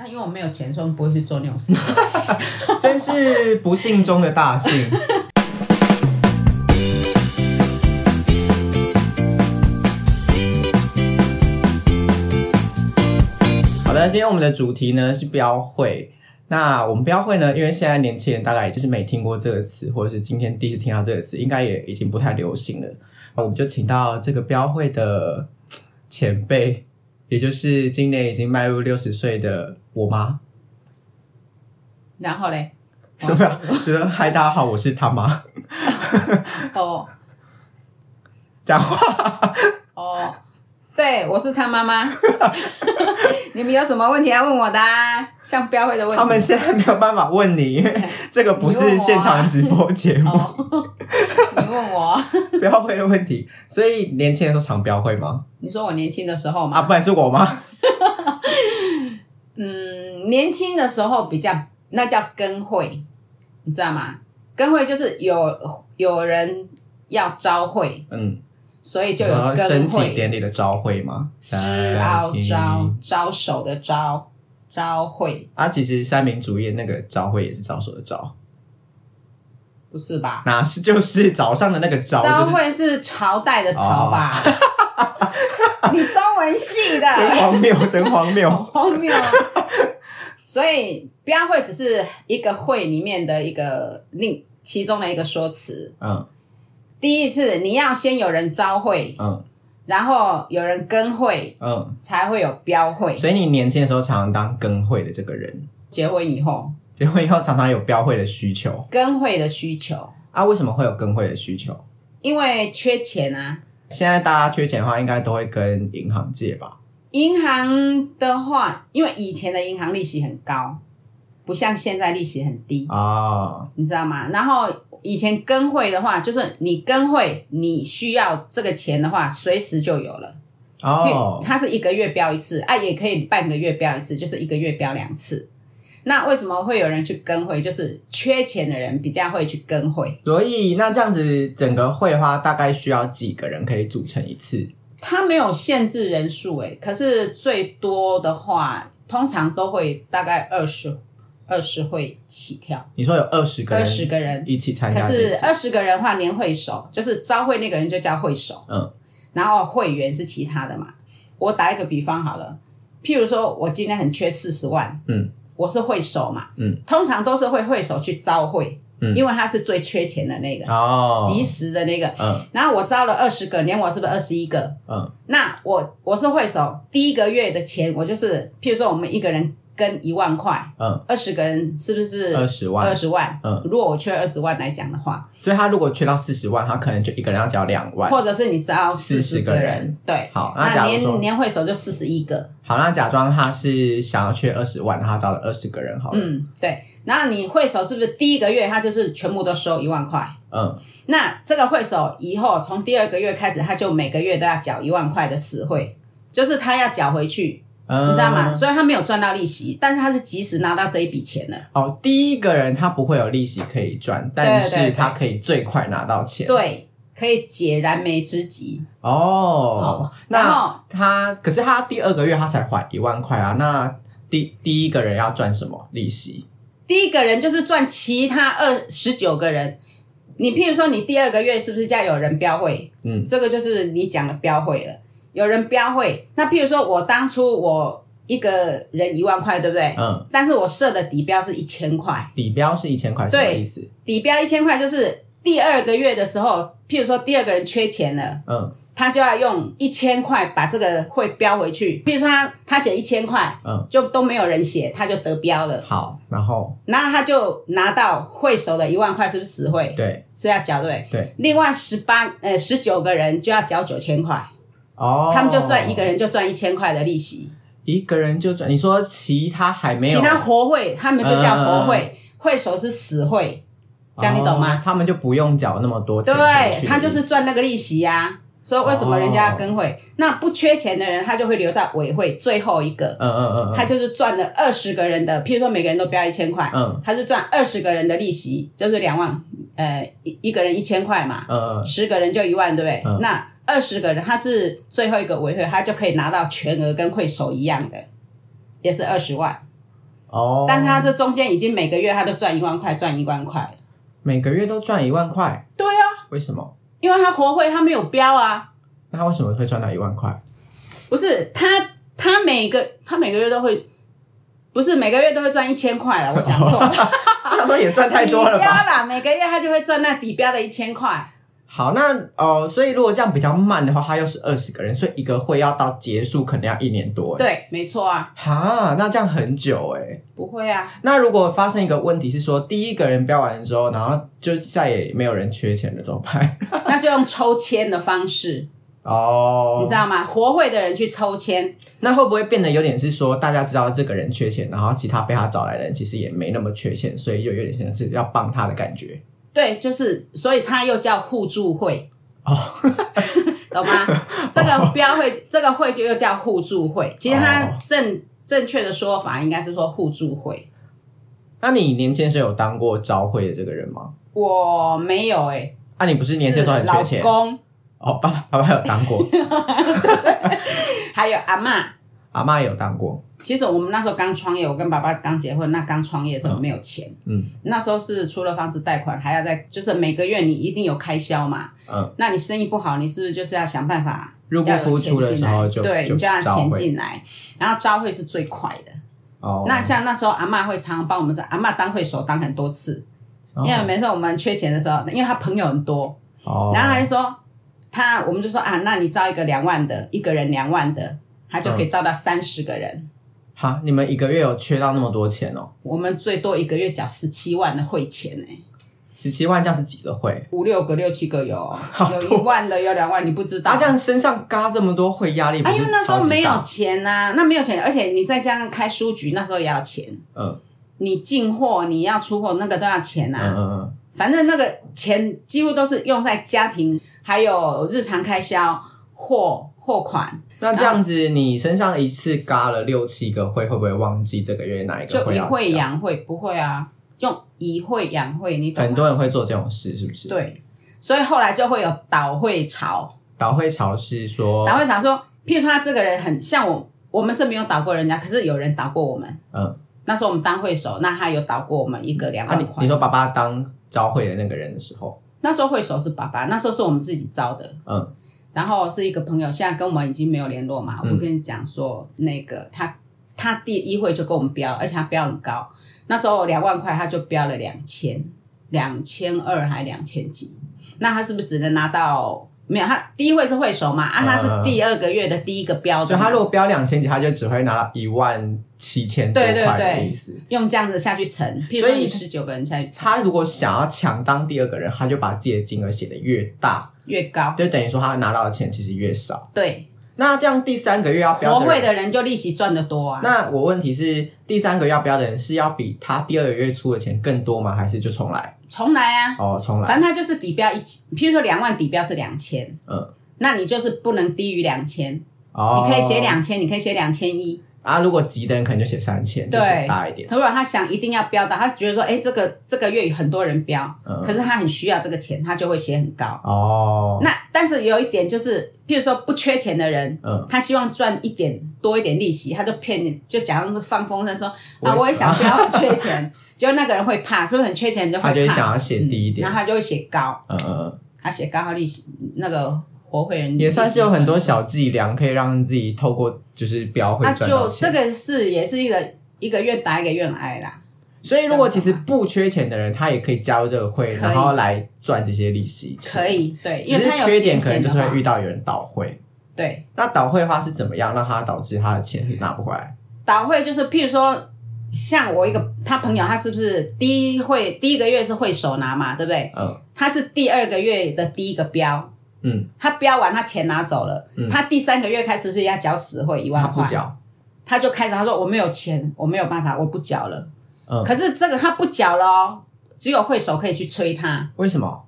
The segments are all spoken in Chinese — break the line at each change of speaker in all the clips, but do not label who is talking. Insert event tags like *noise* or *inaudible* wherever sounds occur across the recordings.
那、因为我没有钱，所以我们不会去做那种
*laughs*
事。
真是不幸中的大幸。好的，今天我们的主题呢是标会。那我们标会呢，因为现在年轻人大概也就是没听过这个词，或者是今天第一次听到这个词，应该也已经不太流行了。我们就请到这个标会的嘖前辈，也就是今年已经迈入六十岁的我妈。
然后嘞，
*laughs* 什么呀？就是嗨，大家好，我是他妈。
哦
讲话
哦，对，我是他妈妈。
*laughs*
你们有什么问题要问我的、啊？像标会的问题。
他们现在没有办法问你，因
哎
为 *laughs* 这个不是现场直播节目，
啊
*laughs*
哦，你问我，
标会的问题。所以年轻人都常标会吗？
你说我年轻的时候
啊，
嘛，
不然是我
*laughs*
吗？
嗯，年轻的时候比较，那叫跟会，你知道吗？跟会就是有有人要招会，
嗯，
所以就有
然后升
跟
旗
会。
典礼的朝会吗？
招
三一
招招手的招招会
啊，其实三民主义那个朝会也是招手的招，
不是吧？
哪是就是早上的那个朝，
朝
就是
会是朝代的朝吧？*laughs*
哦
你中文系
真 *laughs*
的，
荒谬，真荒
好
谬。 *laughs*
荒谬啊！所以标会只是一个会里面的一个另其中的一个说辞。
嗯
第一次你要先有人招会，
嗯
然后有人跟会，
嗯，
才会有标会。
所以你年轻的时候常常当跟会的这个人。
结婚以后，
结婚以后常常有标会的需求
跟会的需求，
啊，为什么会有跟会的需求？
因为缺钱啊，
现在大家缺钱的话，应该都会跟银行借吧？
银行的话，因为以前的银行利息很高，不像现在利息很低，
啊，
你知道吗？然后以前跟会的话，就是你跟会，你需要这个钱的话，随时就有了。因为
哦，
它是一个月标一次，啊，也可以半个月标一次，就是一个月标两次。那为什么会有人去跟会？就是缺钱的人比较会去跟会，
所以那这样子整个会的话，大概需要几个人可以组成一次？
它没有限制人数诶、可是最多的话，通常都会大概二十二十会起跳。
你说有二十个
二
人，
十个人，
一起参
可
加这
是
次，
二十个人的话，连会手就是招会那个人就叫会手，
嗯，
然后会员是其他的嘛。我打一个比方好了，譬如说我今天很缺四十万，
嗯，
我是会手嘛，
嗯，
通常都是会会手去招会，
嗯
因为他是最缺钱的那个，
哦，
及时的那个。
嗯
然后我招了二十个，连我是不是二十一个？
嗯
那我我是会手，第一个月的钱我就是，譬如说我们一个人跟一万块，
嗯，
二十个人是不是
二十万
二，十万，
嗯
如果我缺二十万来讲的话，
所以他如果缺到四十万，他可能就一个人要交两万。
或者是你招四
40
个
个人，
对，
好，那
那
假如
年
说，
年会手就四十一个，
好，那假装他是想要缺二十万，他找了二十个人，好了，
嗯，对，然后你会手是不是第一个月他就是全部都收一万块？
嗯
那这个会手以后从第二个月开始，他就每个月都要缴一万块的实惠，就是他要缴回去，
嗯，
你知道吗？所以他没有赚到利息，但是他是及时拿到这一笔钱了。
哦，第一个人他不会有利息可以赚，但是他可以最快拿到钱。
对，可以解燃眉之急。
哦
好，然
那
后
他可是他第二个月他才还一万块啊，那第第一个人要赚什么利息？
第一个人就是赚其他二十九个人。你譬如说，你第二个月是不是要有人标会？
嗯，
这个就是你讲的标会了。有人标会，那譬如说我当初我一个人一万块，对不对？
嗯，
但是我设的底标是一千块，
底标是一千块，什
对
么意思？
底标一千块就是第二个月的时候，譬如说第二个人缺钱了，
嗯
他就要用一千块把这个会标回去。譬如说他他写一千块，
嗯，
就都没有人写，他就得标了，
好，然后
然后他就拿到会手的一万块，是不是实惠？
对
是要缴对。
对
另外十八呃十九个人就要缴九千块，
哦，
他们就赚一个人就赚一千块的利息，
一个人就赚，你说其他还没有啊
其他活会他们就叫活会，会手是死会，这样你懂
哦
吗？
他们就不用缴那么多钱回去
对，他就是赚那个利息呀、所以为什么人家要跟
哦
会？那不缺钱的人他就会留在委会最后一个，
嗯嗯嗯嗯，
他就是赚了二十个人的，譬如说每个人都标一千块，
嗯
他就赚二十个人的利息，就是两万，呃，一一个人一千块嘛，
嗯嗯
十个人就一万，对不对？
嗯
那二十个人他是最后一个委会，他就可以拿到全额跟会手一样的，也是二十万。
哦，
但是他这中间已经每个月他都赚一万块，赚一万块。
每个月都赚一万块，
对啊，
为什么？
因为他活会他没有标啊，
那他为什么会赚到一万块？
不是他他每个他每个月都会，不是每个月都会赚一千块了，我讲错了，
他说也 *laughs* 赚太多
*laughs*
了
底标
吧？
啦，每个月他就会赚那底标的一千块。
好，那哦、呃所以如果这样比较慢的话，他又是二十个人，所以一个会要到结束可能要一年多。，
对，没错啊，
哈，那这样很久哎、
不会啊，
那如果发生一个问题是说，第一个人标完之后，然后就再也没有人缺钱了，怎么办？ *laughs*
*laughs* 那就用抽签的方式，
哦，
你知道吗？活会的人去抽签，
那会不会变得有点是说，大家知道这个人缺钱，然后其他被他找来的人其实也没那么缺钱，所以就有点像是要帮他的感觉
对，就是，所以它又叫互助会，
哦。
*laughs* 懂吗？这个标会，这个会就又叫互助会。其实它
哦
正、正确的说法应该是说互助会。
那你年轻的时候有当过招会的这个人吗？
我没有哎、欸，
啊，你不是年轻的时候很缺钱
是老公
哦，爸爸爸爸有当过， *laughs*
还有阿嬷。
阿妈有当过，
其实我们那时候刚创业，我跟爸爸刚结婚，那刚创业的时候没有钱，
嗯
那时候是除了房子贷款，还要在就是每个月你一定有开销嘛，
嗯，
那你生意不好，你是不是就是要想办法
入不
要
敷
有
出
钱
的
进
时
来，
候就
对，
就
你就要
招
钱
会
进来，然后招会是最快的。
哦。
那像那时候阿嬷会常常帮我们，阿嬷当会所当很多次，
哦
因为每次我们缺钱的时候，因为她朋友很多，
哦，
然后她就说，她我们就说啊，那你招一个两万的，一个人两万的，她就可以
嗯
招到三十个人。
好，你们一个月有缺到那么多钱哦，
我们最多一个月缴十七万的会钱呢、欸
十七万这样是几个会？
五六个、六七个有哦，
好
有
多
一万的，有两万，你不知道。
啊，这样身上嘎这么多会，压力不
啊，
是
因为那时
超
候
级
没有
大，
钱呐、那没有钱，而且你再加上开书局，那时候也要钱。
嗯
你进货，你要出货，那个都要钱呐、
嗯嗯嗯，
反正那个钱几乎都是用在家庭，还有日常开销、货货款，
那这样子，你身上一次嘎了六七个会，会不会忘记这个月哪一个
就
会啊
以
要
会
交
养会不会啊？用以会养会，你懂
很
吗？
多人会做这种事，是不是？，
对，所以后来就会有倒会潮，
倒会潮是说，
倒会潮说，譬如说他这个人很像我，我们是没有倒过人家，可是有人倒过我们。
嗯，
那时候我们当会手，那他有倒过我们一个两
啊，
万
你
块。
你说爸爸当招会的那个人的时候，
那时候会手是爸爸，那时候是我们自己招的，
嗯，
然后是一个朋友，现在跟我们已经没有联络嘛。
嗯
我跟你讲说，那个他他第一会就跟我们标，而且他标很高，那时候两万块他就标了两千，两千二还两千几，那他是不是只能拿到？没有，他第一会是会手嘛，啊，他是
嗯
第二个月的第一个标
所
准
以
嘛，
他如果标两千几，他就只会拿到一万七千多
对对
块的
对
意思。
用这样子下去乘，譬如
所
说
以
你十九个人下去乘，
他如果想要抢当第二个人，他就把自己的金额写得越大，
越高，
就等于说他拿到的钱其实越少。
对，
那这样第三个月要标
活
的
会
人，
的人就利息赚得多啊。
那我问题是第三个月要标的人是要比他第二个月出的钱更多吗？还是就重来？
重来啊，
哦，重来。
反正它就是底标一起，譬如说两万底标是两千，
嗯，
那你就是不能低于两千、
哦，
你可以写两千，你可以写两千一。
啊，如果急的人可能就写三千，就
对
写大一点。
如果他想一定要标到，他觉得说，哎、这个这个月有很多人标，
嗯
可是他很需要这个钱，他就会写很高。
哦，
那但是有一点就是，譬如说不缺钱的人。
嗯，
他希望赚一点多一点利息，他就骗你，就假装放风声说啊，
我
我
也
也
想
想不要缺
*laughs*
钱，结果那个人会怕，是不是很缺钱就会怕，嗯
他就会想要写低一点
然。后他就会写高，
嗯嗯，
他写高他利息那个活会人
嗯，也算是有
利息
很多小伎俩，可以让自己透过就是标会
那
赚到
就这
钱。
个是也是一个一个愿打一个愿挨啦，
所以如果其实不缺钱的人，他也可以加入这个会，
可以
然后来赚这些利息。
可，以对，
只
因为
是
他有
缺点可能
闲
就
钱
是
的话
会遇到有人倒会。
对
那倒会的话是怎么样让他导致他的钱是拿不回来？
倒会就是譬如说。像我一个他朋友，他是不是第一会第一个月是会手拿嘛，对不对？
嗯
他是第二个月的第一个标，
嗯，
他标完他钱拿走了，
嗯
他第三个月开始是要缴死会一
他
万
不
块，
缴，
他就开始他说我没有钱，我没有办法，我不缴了。
嗯
可是这个他不缴了哦，只有会手可以去催他，
为什么？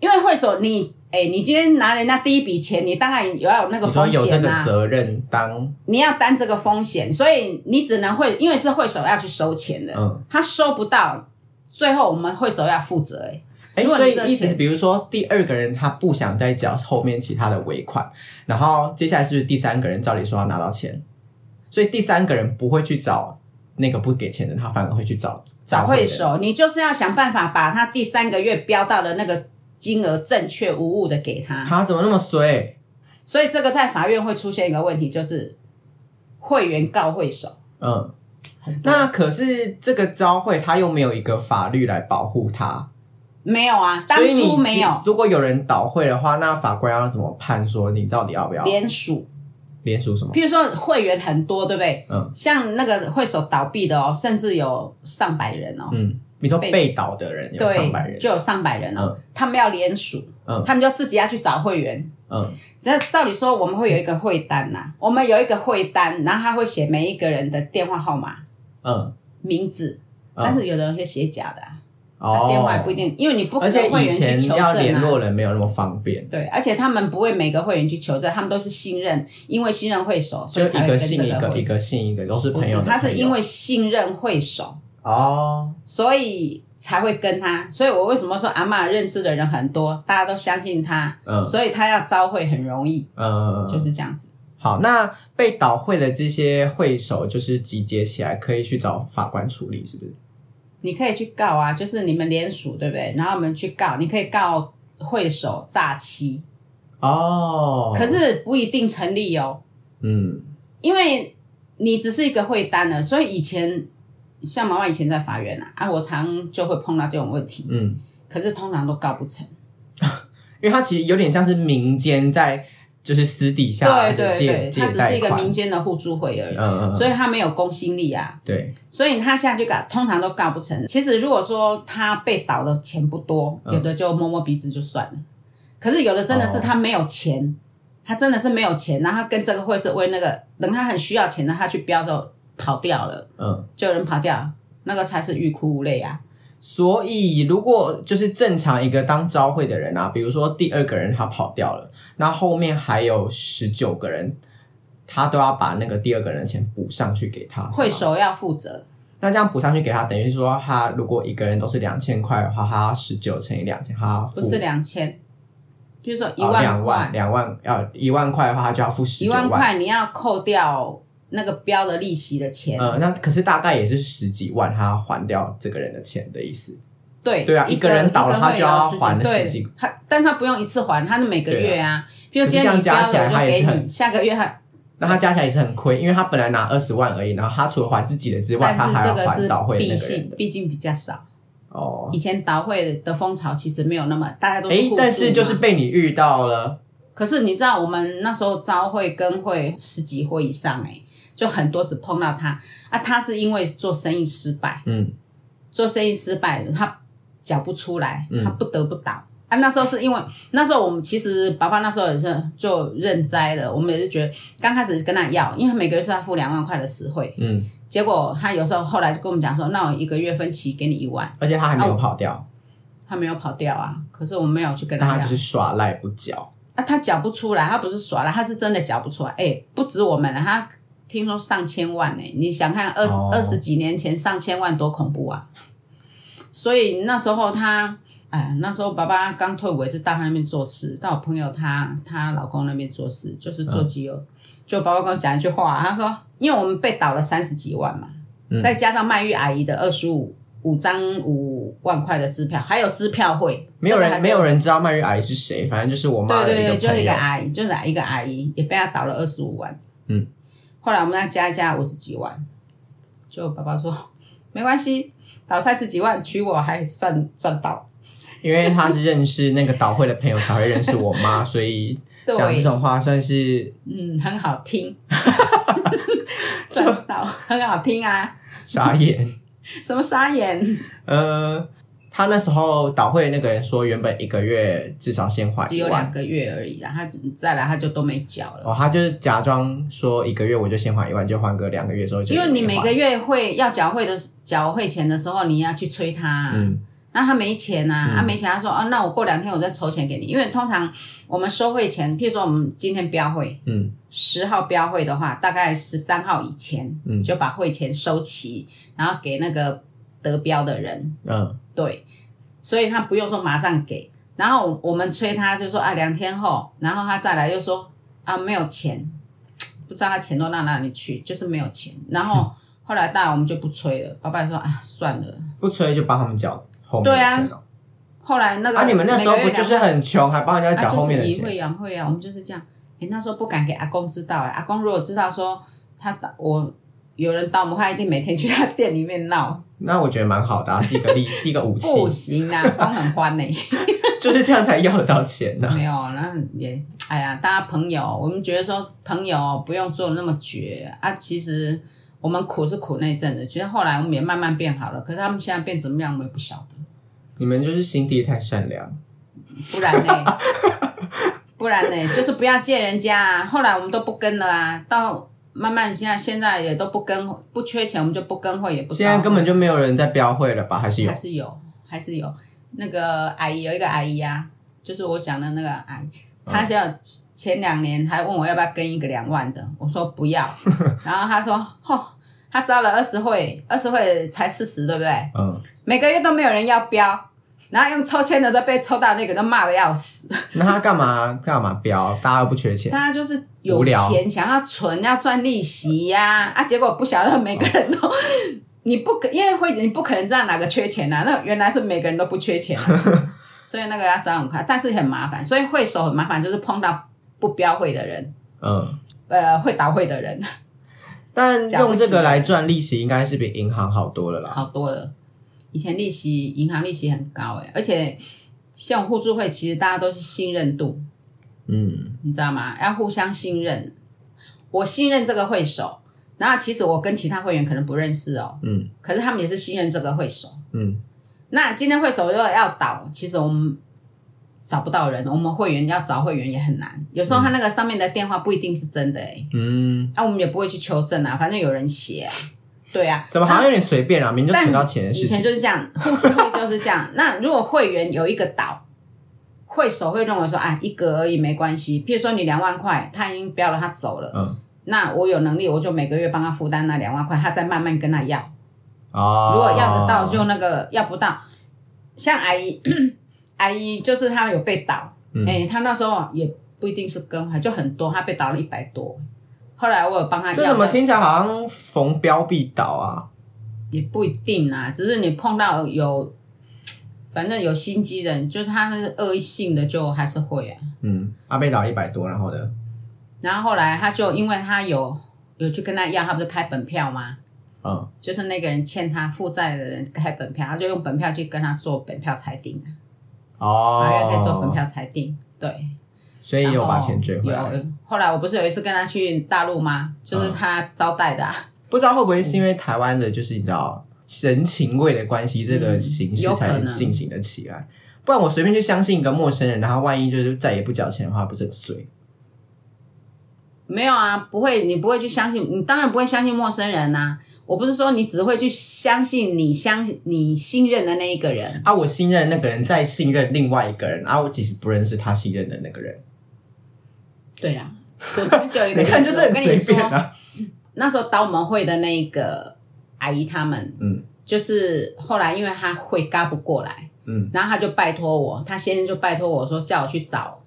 因为会所你，哎、你今天拿人家第一笔钱，你当然也要有那个
你说
风
有这
险啊
个
呐、
责任当
你要担这个风险，所以你只能会，因为是会所要去收钱的，
嗯
他收不到，最后我们会所要负责、哎，
哎，
如果
所
你
以
这
意思是，
钱
比如说第二个人他不想再缴后面其他的尾款，然后接下来是不是第三个人照理说要拿到钱？所以第三个人不会去找那个不给钱的，他反而会去找
找
会
会
人。
手，你就是要想办法把他第三个月标到的那个金额正确无误的给他。
他怎么那么衰？
所以这个在法院会出现一个问题，就是会员告会手。
嗯，那可是这个招会他又没有一个法律来保护他，
没有啊，当
所以
初
你
没有
如果有人倒会的话，那法官要怎么判？说你到底要不要
联署，
联署什么？
譬如说会员很多，对不对？
嗯
像那个会手倒闭的哦，甚至有上百人哦。
嗯，你说
被
被倒的人有上百
对，
人，
就有上百人哦，他们要联署，
嗯
他们就自己要去找会员，
嗯
这照理说我们会有一个会单呐、我们有一个会单，然后他会写每一个人的电话号码、
嗯，
名字，
嗯
但是有的人会写假的、啊，
哦，
电话也不一定，因为你不可
而且
能会
以
员去
前
求
要联
证啊。
络人没有那么方便，
对，而且他们不会每个会员去求证，他们都是信任，因为信任会手，所
就
以
一
才会
个
跟
信
这
一
个
个，一
会。
个信一个，都是
不
朋
是
友，的
他是
朋友
因为信任会手，
哦，
所以才会跟他。所以我为什么说阿嬷认识的人很多，大家都相信他，
嗯
所以他要招会很容易，
嗯，
就是这样子。
好，那被倒会的这些会手就是集结起来，可以去找法官处理，是不是？
你可以去告啊，就是你们联署对不对？然后我们去告，你可以告会手诈欺，
哦，
可是不一定成立哦，
嗯
因为你只是一个会单了。所以以前像妈妈以前在法院啊，啊，我常就会碰到这种问题，
嗯，
可是通常都告不成。
因为它其实有点像是民间在就是私底下
对对
借
对，
借
它只是
贷
一个
款，
民间的互助会而已，
嗯嗯，
所
以
以它没有公信力啊。
对，
所以他现在就告，通常都告不成。其实如果说他被倒的钱不多，
嗯
有的就摸摸鼻子就算了。可是有的真的是
哦
他没有钱，他真的是没有钱，然后他跟这个会是为那个等他很需要钱的，他去标之后跑掉了，
嗯，
就有人跑掉了，那个才是欲哭无泪啊。
所以如果就是正常一个当招会的人啊，比如说第二个人他跑掉了，那后面还有十九个人，他都要把那个第二个人的钱补上去给啊他，是吗
会首要负责，
那这样补上去给他，等于说他如果一个人都是两千块的话，他十九乘以两千，他要付
不是两千，比如说一
哦两
块
万，两万要一万块的话，他就要付十
一
九
万
万。
块你要扣掉那个标的利息的钱，
呃，那可是大概也是十几万，他要还掉这个人的钱的意思。
对
对啊
一
一个人倒了
一个
他
会
就要
有十几
还
对
十几
他但是他不用一次还，他是每个月啊。比如今天
可是
你
这
标了，
样加起来他
我
也是
就给
很
你，下个月他，
那他加起来也是很亏，因为他本来拿二十万而已，然后他除了还自己的之外，
但
他
是
还
这
要
个
还
是
倒会
毕
那个人
竟
的。
毕竟比较少。
哦，
以前倒会的风潮其实没有那么，大家都
诶，
互助
但是就是
嘛，
被你遇到了，
可是你知道我们那时候招会跟会十几会以上哎、就很多只碰到他啊，他是因为做生意失败，
嗯
做生意失败他缴不出来
嗯，
他不得不倒。啊，那时候是因为那时候我们其实爸爸那时候也是就认栽了，我们也是觉得刚开始跟他要，因为每个月是要付两万块的实惠，
嗯，
结果他有时候后来就跟我们讲说，那我一个月分期给你一万，
而且他还
哦
没有跑掉，
他没有跑掉啊，可是我们没有去跟
但
他
他
要
就，是耍赖不缴。
啊，他缴不出来，他不是耍了，他是真的缴不出来，哎、不止我们了，他听说上千万呢、你想看二十
哦
二十几年前上千万多恐怖啊，所以那时候他。哎，那时候爸爸刚退伍，也是到他那边做事，到我朋友她她老公那边做事，就是做机
嗯
油。就爸爸跟我讲一句话、他说，因为我们被倒了三十几万嘛，
嗯
再加上卖玉阿姨的二十五五张五万块的支票，还有支票会，
没有
这个还
人
是
没有人知道曼玉阿姨是谁，反正就是我妈
对
的一
对
个
对，就是
朋
一
友
个。阿姨，就是一个阿姨，也被他倒了二十五万。
嗯，
后来我们再加一加五十几万，就爸爸说没关系，倒三十几万娶我还算赚到。
因为他是认识那个岛会的朋友才会认识我妈，所以讲这
*laughs* 对，
种话算是
嗯，很好
*laughs*
听，赚到很好听啊，
傻眼。
什么沙眼
呃，他那时候岛会那个人说，原本一个月至少先还
只
一
有
万
两，个月而已啦，他再来他就都没缴了。
哦，他就是假装说一个月我就先还一万，就还个两个月之后就
因为你每个
月
月会要缴会的缴会钱的时候，你要去催他、啊，
嗯
那他没钱呐、啊，
嗯
他、没钱，他说啊，那我过两天我再筹钱给你，因为通常我们收会前，譬如说我们今天标会
嗯
十号标会的话，大概十三号以前
嗯
就把会钱收齐，然后给那个得标的人，
嗯
对，所以他不用说马上给，然后我们催他就说啊两天后，然后他再来又说啊没有钱，不知道他钱都到哪里去，就是没有钱，然后后来当然我们就不催了，老板说啊算了。
不催就帮他们缴后面的
对啊
钱哦。
后来那个
啊，你们那时候不
每个
就是
月两万
很穷，还帮人
啊
家缴后面的
就是以
钱？
会养会啊，我们就是这样。你、那时候不敢给阿公知道、欸，阿公如果知道说他我有人盗墓，他一定每天去他店里面闹，
那我觉得蛮好的、啊，是一个利， *laughs* 是一个武器，
不行啊，阿公很欢呢、
*laughs* 就是这样才要得到钱呢、
没有，那也哎呀，大家朋友，我们觉得说朋友不用做那么绝啊。其实我们苦是苦那一阵子，其实后来我们也慢慢变好了。可是他们现在变怎么样，我们也不晓得。
你们就是心地太善良，
不然呢？ *laughs* 不然呢？就是不要借人家、啊。后来我们都不跟了啊，到慢慢现在现在也都不跟，不缺钱我们就不跟会，也不
现在根本就没有人在标会了吧？还是有
还？是有，还是有。那个阿姨有一个阿姨啊，就是我讲的那个阿姨，
嗯
她现在前两年还问我要不要跟一个两万的，我说不
*laughs*
要，然后她说，哦，她招了二十会，二十会才四十，对不对？
嗯，
每个月都没有人要标，然后用抽签的都被抽到那个都骂的要死，
那他干嘛干嘛标？大家又不缺钱，
大家就是有
无聊
钱想要存要赚利息呀、啊，结果不晓得每个人都。 *laughs* 你不可，因为慧姐你不可能知道哪个缺钱啊，那原来是每个人都不缺钱啊、
*laughs*
所以那个要找很快，但是很麻烦，所以会手很麻烦，就是碰到不标会的人，
嗯，
呃，会倒会的人
但
讲不
用
起
这个来赚利息，应该是比银行好多了啦。
好多了。以前利息银行利息很高哎、而且像互助会，其实大家都是信任度，
嗯，
你知道吗？要互相信任。我信任这个会手，然后其实我跟其他会员可能不认识哦，
嗯，
可是他们也是信任这个会手。
嗯，
那今天会手如果要倒，其实我们找不到人，我们会员要找会员也很难。有时候他那个上面的电话不一定是真的哎、
嗯，
那、我们也不会去求证啊，反正有人写、啊，对啊。
怎么好像有点随便啊？明明就
但
扯到钱的
以
事
前
情，
就是这样，互助会就是这样。那如果会员有一个倒，会手会认为说，哎，一个而已没关系。譬如说你两万块，他已经标了，他走了，
嗯，
那我有能力，我就每个月帮他负担那两万块，他再慢慢跟他要。
哦，
如果要得到，就那个要不到，像阿姨， *clears throat* 阿姨就是她有被倒，
嗯
哎、她那时候也不一定是跟，就很多，她被倒了一百多。后来我有帮她要，
这怎么听起来好像逢标必倒啊？
也不一定啊，只是你碰到有，反正有心机的人，就是他是恶性的，就还是会啊。
嗯，阿贝倒一百多，然后呢？
然后后来他就因为他有有去跟他要，他不是开本票吗？
嗯，
就是那个人欠他负债的人开本票，他就用本票去跟他做本票裁定，法院可以做本
哦，
票裁定，对。
所以
然后
有把钱追回来。
有，后来我不是有一次跟他去大陆吗？就是他招待的、啊，
不知道会不会是因为台湾的，就是你知道人情味的关系，这个形式
嗯有可
才
能
进行得起来。不然我随便去相信一个陌生人，然后万一就是再也不缴钱的话，不是很衰？
没有啊，不会，你不会去相信，你当然不会相信陌生人呐、我不是说你只会去相信你相你信任的那一个人，
啊，我信任那个人，再信任另外一个人，啊，我其实不认识他信任的那个人。
对呀、我就只有一个
*laughs*
例子，
你看，就是
我
很
跟你
随便
说，
啊。
那时候导我们会的那个阿姨他们，
嗯
就是后来因为她会嘎不过来，
嗯
然后她就拜托我，她先生就拜托我说叫我去找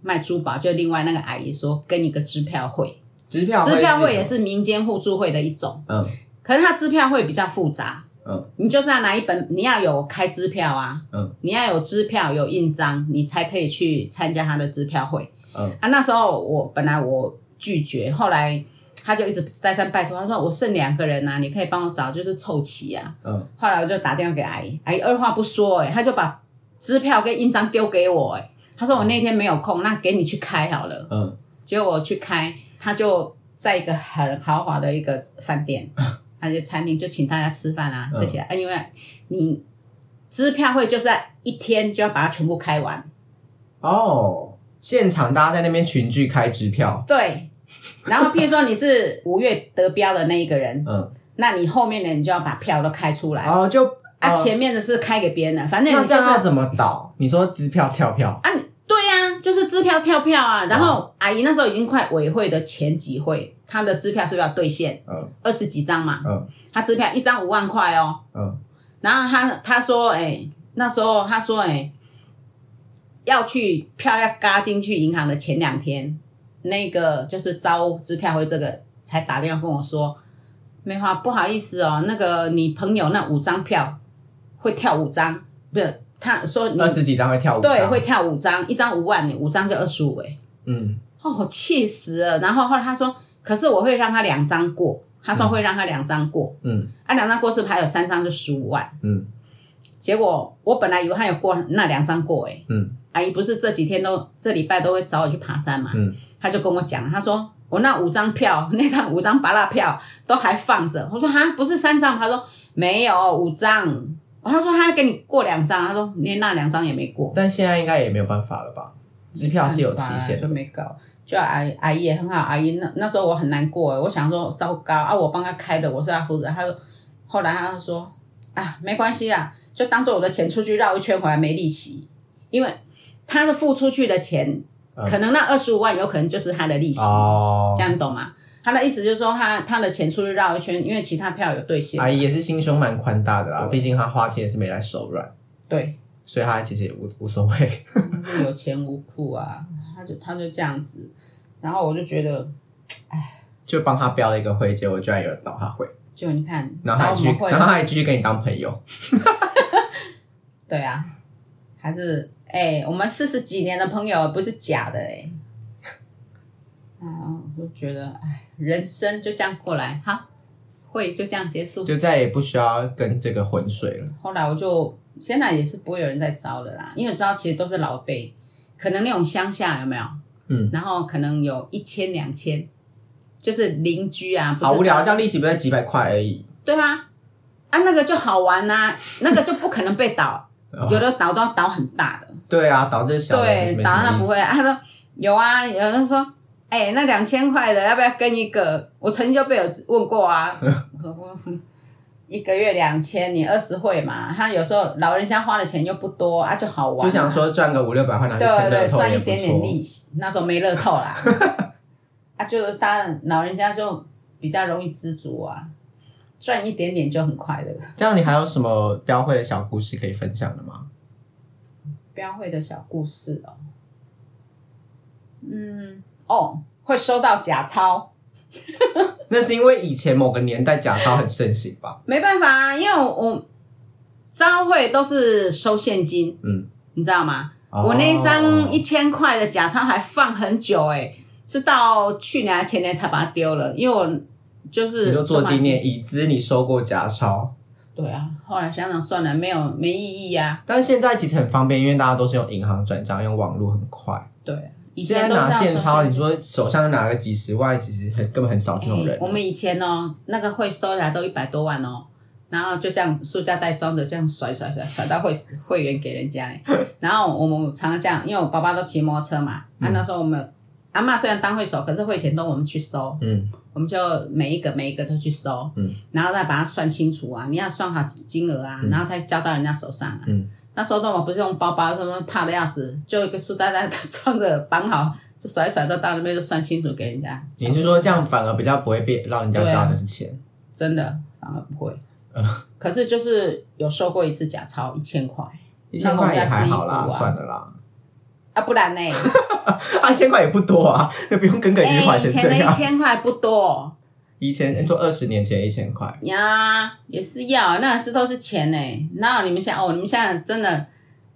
卖珠宝，就另外那个阿姨说跟一个支票会，
支票
支票会也
什
是
么
民间互助会的一种。
嗯
可是它支票会比较复杂，
嗯
你就是要拿一本，你要有开支票啊，
嗯
你要有支票有印章，你才可以去参加他的支票会。
嗯
啊，那时候我本来我拒绝，后来他就一直再三拜托，他说我剩两个人啊，你可以帮我找，就是凑齐啊。
嗯，
后来我就打电话给阿姨，阿姨二话不说、欸，哎，他就把支票跟印章丢给我、欸，哎，他说我那天没有空，那给你去开好了。
嗯
结果我去开，他就在一个很豪华的一个饭
*laughs*
店，他就餐厅就请大家吃饭啊，
嗯
这些，啊因为你支票会就是在一天就要把它全部开完，
哦，现场大家在那边群聚开支票，
对。然后，譬如说你是五月得标的那一个人，
嗯，
那你后面的你就要把票都开出来，
哦就
啊，
哦
前面的是开给别人的，反正
那
你
这
就是
样要怎么倒？你说支票跳票？
啊，你对呀、就是支票跳票
哦
啊。然后阿姨那时候已经快委会的前几会，她的支票是不是要兑现
嗯
二十几张嘛？
嗯
他支票一张五万块哦。
嗯
然后他他说，哎、那时候他说，哎、要去票要嘎进去银行的前两天，那个就是招支票会这个才打电话跟我说，梅华，不好意思哦，那个你朋友那五张票会跳五张，不是？他说你
二十几张会跳舞，
对会，跳五张，一张五万，你五张就二十五哎，
嗯，
哦，我气死了。然后后来他说，可是我会让他两张过，他说会让他两张过，
嗯
啊，两张过是不是还有三张就十五万？
嗯
结果我本来以为他有过那两张过哎、
嗯
阿姨不是这几天都这礼拜都会找我去爬山嘛，
嗯
她就跟我讲，她说我那五张票， *laughs* 那张五张巴拉票都还放着。我说哈，不是三张吗？她说没有五张。她说她给你过两张，她说连那两张也没过，
但现在应该也没有办法了吧？支票是有期限
就
的，
没搞。就阿姨阿姨也很好，阿姨那那时候我很难过，我想说糟糕啊，我帮她开的，我是她负责。她说后来她就说啊，没关系啊，就当做我的钱出去绕一圈回来没利息，因为她的付出去的钱
嗯
可能那二十五万有可能就是他的利息，
哦
这，样你懂吗？他的意思就是说他，他的钱出去绕一圈，因为其他票有兑现。
阿姨也是心胸蛮宽大的啦，
对
毕竟她花钱也是没来手软，
对，
所以她其实也无无所谓。 *laughs*
就是有钱无库啊，他就他就这样子，然后我就觉得，
就帮她标了一个会，结果居然有人倒她会，
就你看，
然后
当
她还
我
继
们
续，
会
然后她
的，
还继续跟你当朋友，
对啊，还是哎、我们四十几年的朋友不是假的哎、啊，我就觉得哎，人生就这样过来，好，会就这样结束。
就再也不需要跟这个浑水了。
后来我就现在也是不会有人再招了啦，因为招其实都是老辈，可能那种乡下有没有？
嗯，
然后可能有一千两千，就是邻居啊，不是
好无聊，这样利息不是几百块而已。
对啊，啊那个就好玩呐、那个就不可能被
*laughs*
倒，
哦
有的倒都要倒很大的，
对啊，导致小的没
对
什么，
倒他
意思
不会，啊他说有啊，有人说。哎、那两千块的要不要跟一个？我曾经就被有问过啊， *laughs* 我说我一个月两千，你二十会嘛？他有时候老人家花的钱又不多啊，就好玩、啊，
就想说赚个五六百块拿去
对
签乐
对，
透
赚
也
一
不
点点利
错。
息。那时候没乐透
*laughs*
啦，啊，就是当然老人家就比较容易知足啊，赚一点点就很快乐。
这样你还有什么标会的小故事可以分享的吗？
标会的小故事哦，嗯，哦，会收到假钞，
那是因为以前某个年代假钞很盛行吧？
没办法啊，因为我我招会都是收现金，
嗯，
你知道吗？
哦
*laughs* 我那一张一千块的假钞还放很久哎、是到去年还前年才把它丢了，因为我就是
你就做
都还
纪念，以资你收过假钞，
对啊，后来想想算了，没有没意义啊。
但是现在其实很方便，因为大家都是用银行转账，用网络很快。
对，啊以
现在
前都是
拿
要
现
收
钞，
现
你
金
说手上拿个几十万，其实很根本很少这种人
哎。我们以前哦，那个会收来都一百多万哦，然后就这样塑胶袋装着，这样甩甩甩甩到会会员给人
*laughs*
家嘞。然后我们常常这样，因为我爸爸都骑摩托车嘛，
嗯
啊那时候我们阿嬷虽然当会手，可是会钱都我们去收，
嗯，
我们就每一个每一个都去收，
嗯，
然后再把它算清楚啊，你要算好金额啊，然后才交到人家手上啊。
嗯，
那时候的我不是用包包，什么怕的要死，就一个塑料袋 *laughs* 装着绑好，就甩一甩都到那边就算清楚给人家，
你是说这样反而比较不会被让人家知道那是钱？
真的反而不会。
嗯
可是就是有收过一次假钞一千块
一千块也还好
那我
啦，
们家自己补啊
算了啦，
啊，不然呢？
*laughs* 啊，一千块也不多啊，就不用耿耿于
哎、
怀
以
成
前
这
的一
样。
千块不多
*laughs* 以前做二十年前一千块，
呀，也是要那是都是钱呢、那你们现在哦，你们现在真的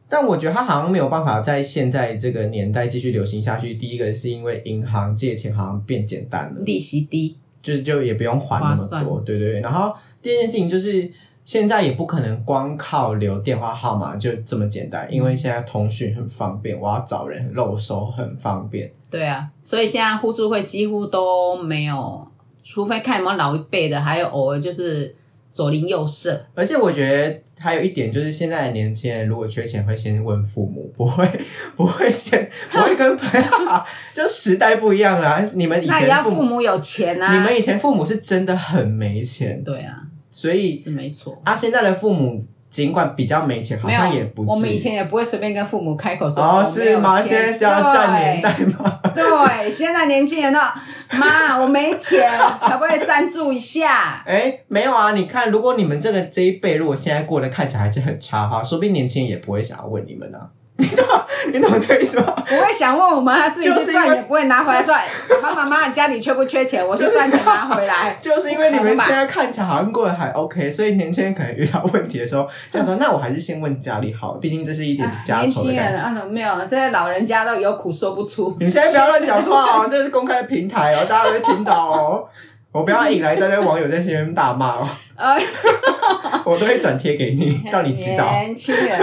但我觉得它好像没有办法在现在这个年代继续流行下去。第一个是因为银行借钱好像变简单了，
利息低，
就就也不用还那
划
么
算
多，对对对。然后第二件事情就是。现在也不可能光靠留电话号码就这么简单，
嗯
因为现在通讯很方便，我要找人露手很方便。
对啊，所以现在互助会几乎都没有，除非看有没有老一辈的，还有偶尔就是左邻右舍。
而且我觉得还有一点就是，现在的年轻人如果缺钱会先问父母，不会不会先不会跟朋友，
*laughs*
就时代不一样啦。你们以
那也要
前
父
母
母有钱啊。
你们以前父母是真的很没钱，
对啊，
所以
是没错。
啊，现在的父母尽管比较没钱，好
没有
像也不，
我
至
们以
于。
前也不会随便跟父母开口说
哦，
我没
是
有
吗？
钱
现在是要占年代吗？ *laughs*
对对，现在年轻人都妈，我没钱，可不可以赞助一下？
哎，没有啊！你看，如果你们这个这一辈，如果现在过得看起来还是很差哈，说不定年轻人也不会想要问你们啊。 *laughs* 你懂这个意思吗？
我会想问我妈，她自己
就
去
是因为
算也不会拿回来算。妈妈妈，你家里缺不缺钱？我去算钱拿回
*laughs*
来。
就是因为你们
不可能吧
现在看起来好像过得还 OK，所以年轻人可能遇到问题的时候，就想说那我还是先问家里好了，毕竟这是一点家
年
丑的
轻
感
人
觉。
啊，没有，这些老人家都有苦说不出。
你们现在不要乱讲话哦， *laughs* 这是公开的平台哦，大家会听到哦。我不要引来大家网友在下面大骂哦， *laughs*
呃，
我都会转贴给
*laughs*
你，让你知道。
哎年轻人，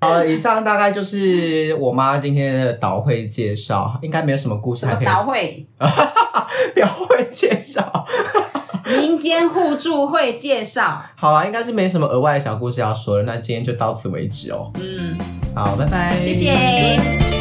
好了，以上大概就是我妈今天的导会介绍，应该没有 *laughs* 什么故事
什么
还可
导
以
会、
*laughs* 表会介绍。
民间互助会介绍，
好了，应该是没什么额外的小故事要说了，那今天就到此为止哦。
嗯，
好，拜拜，
谢谢。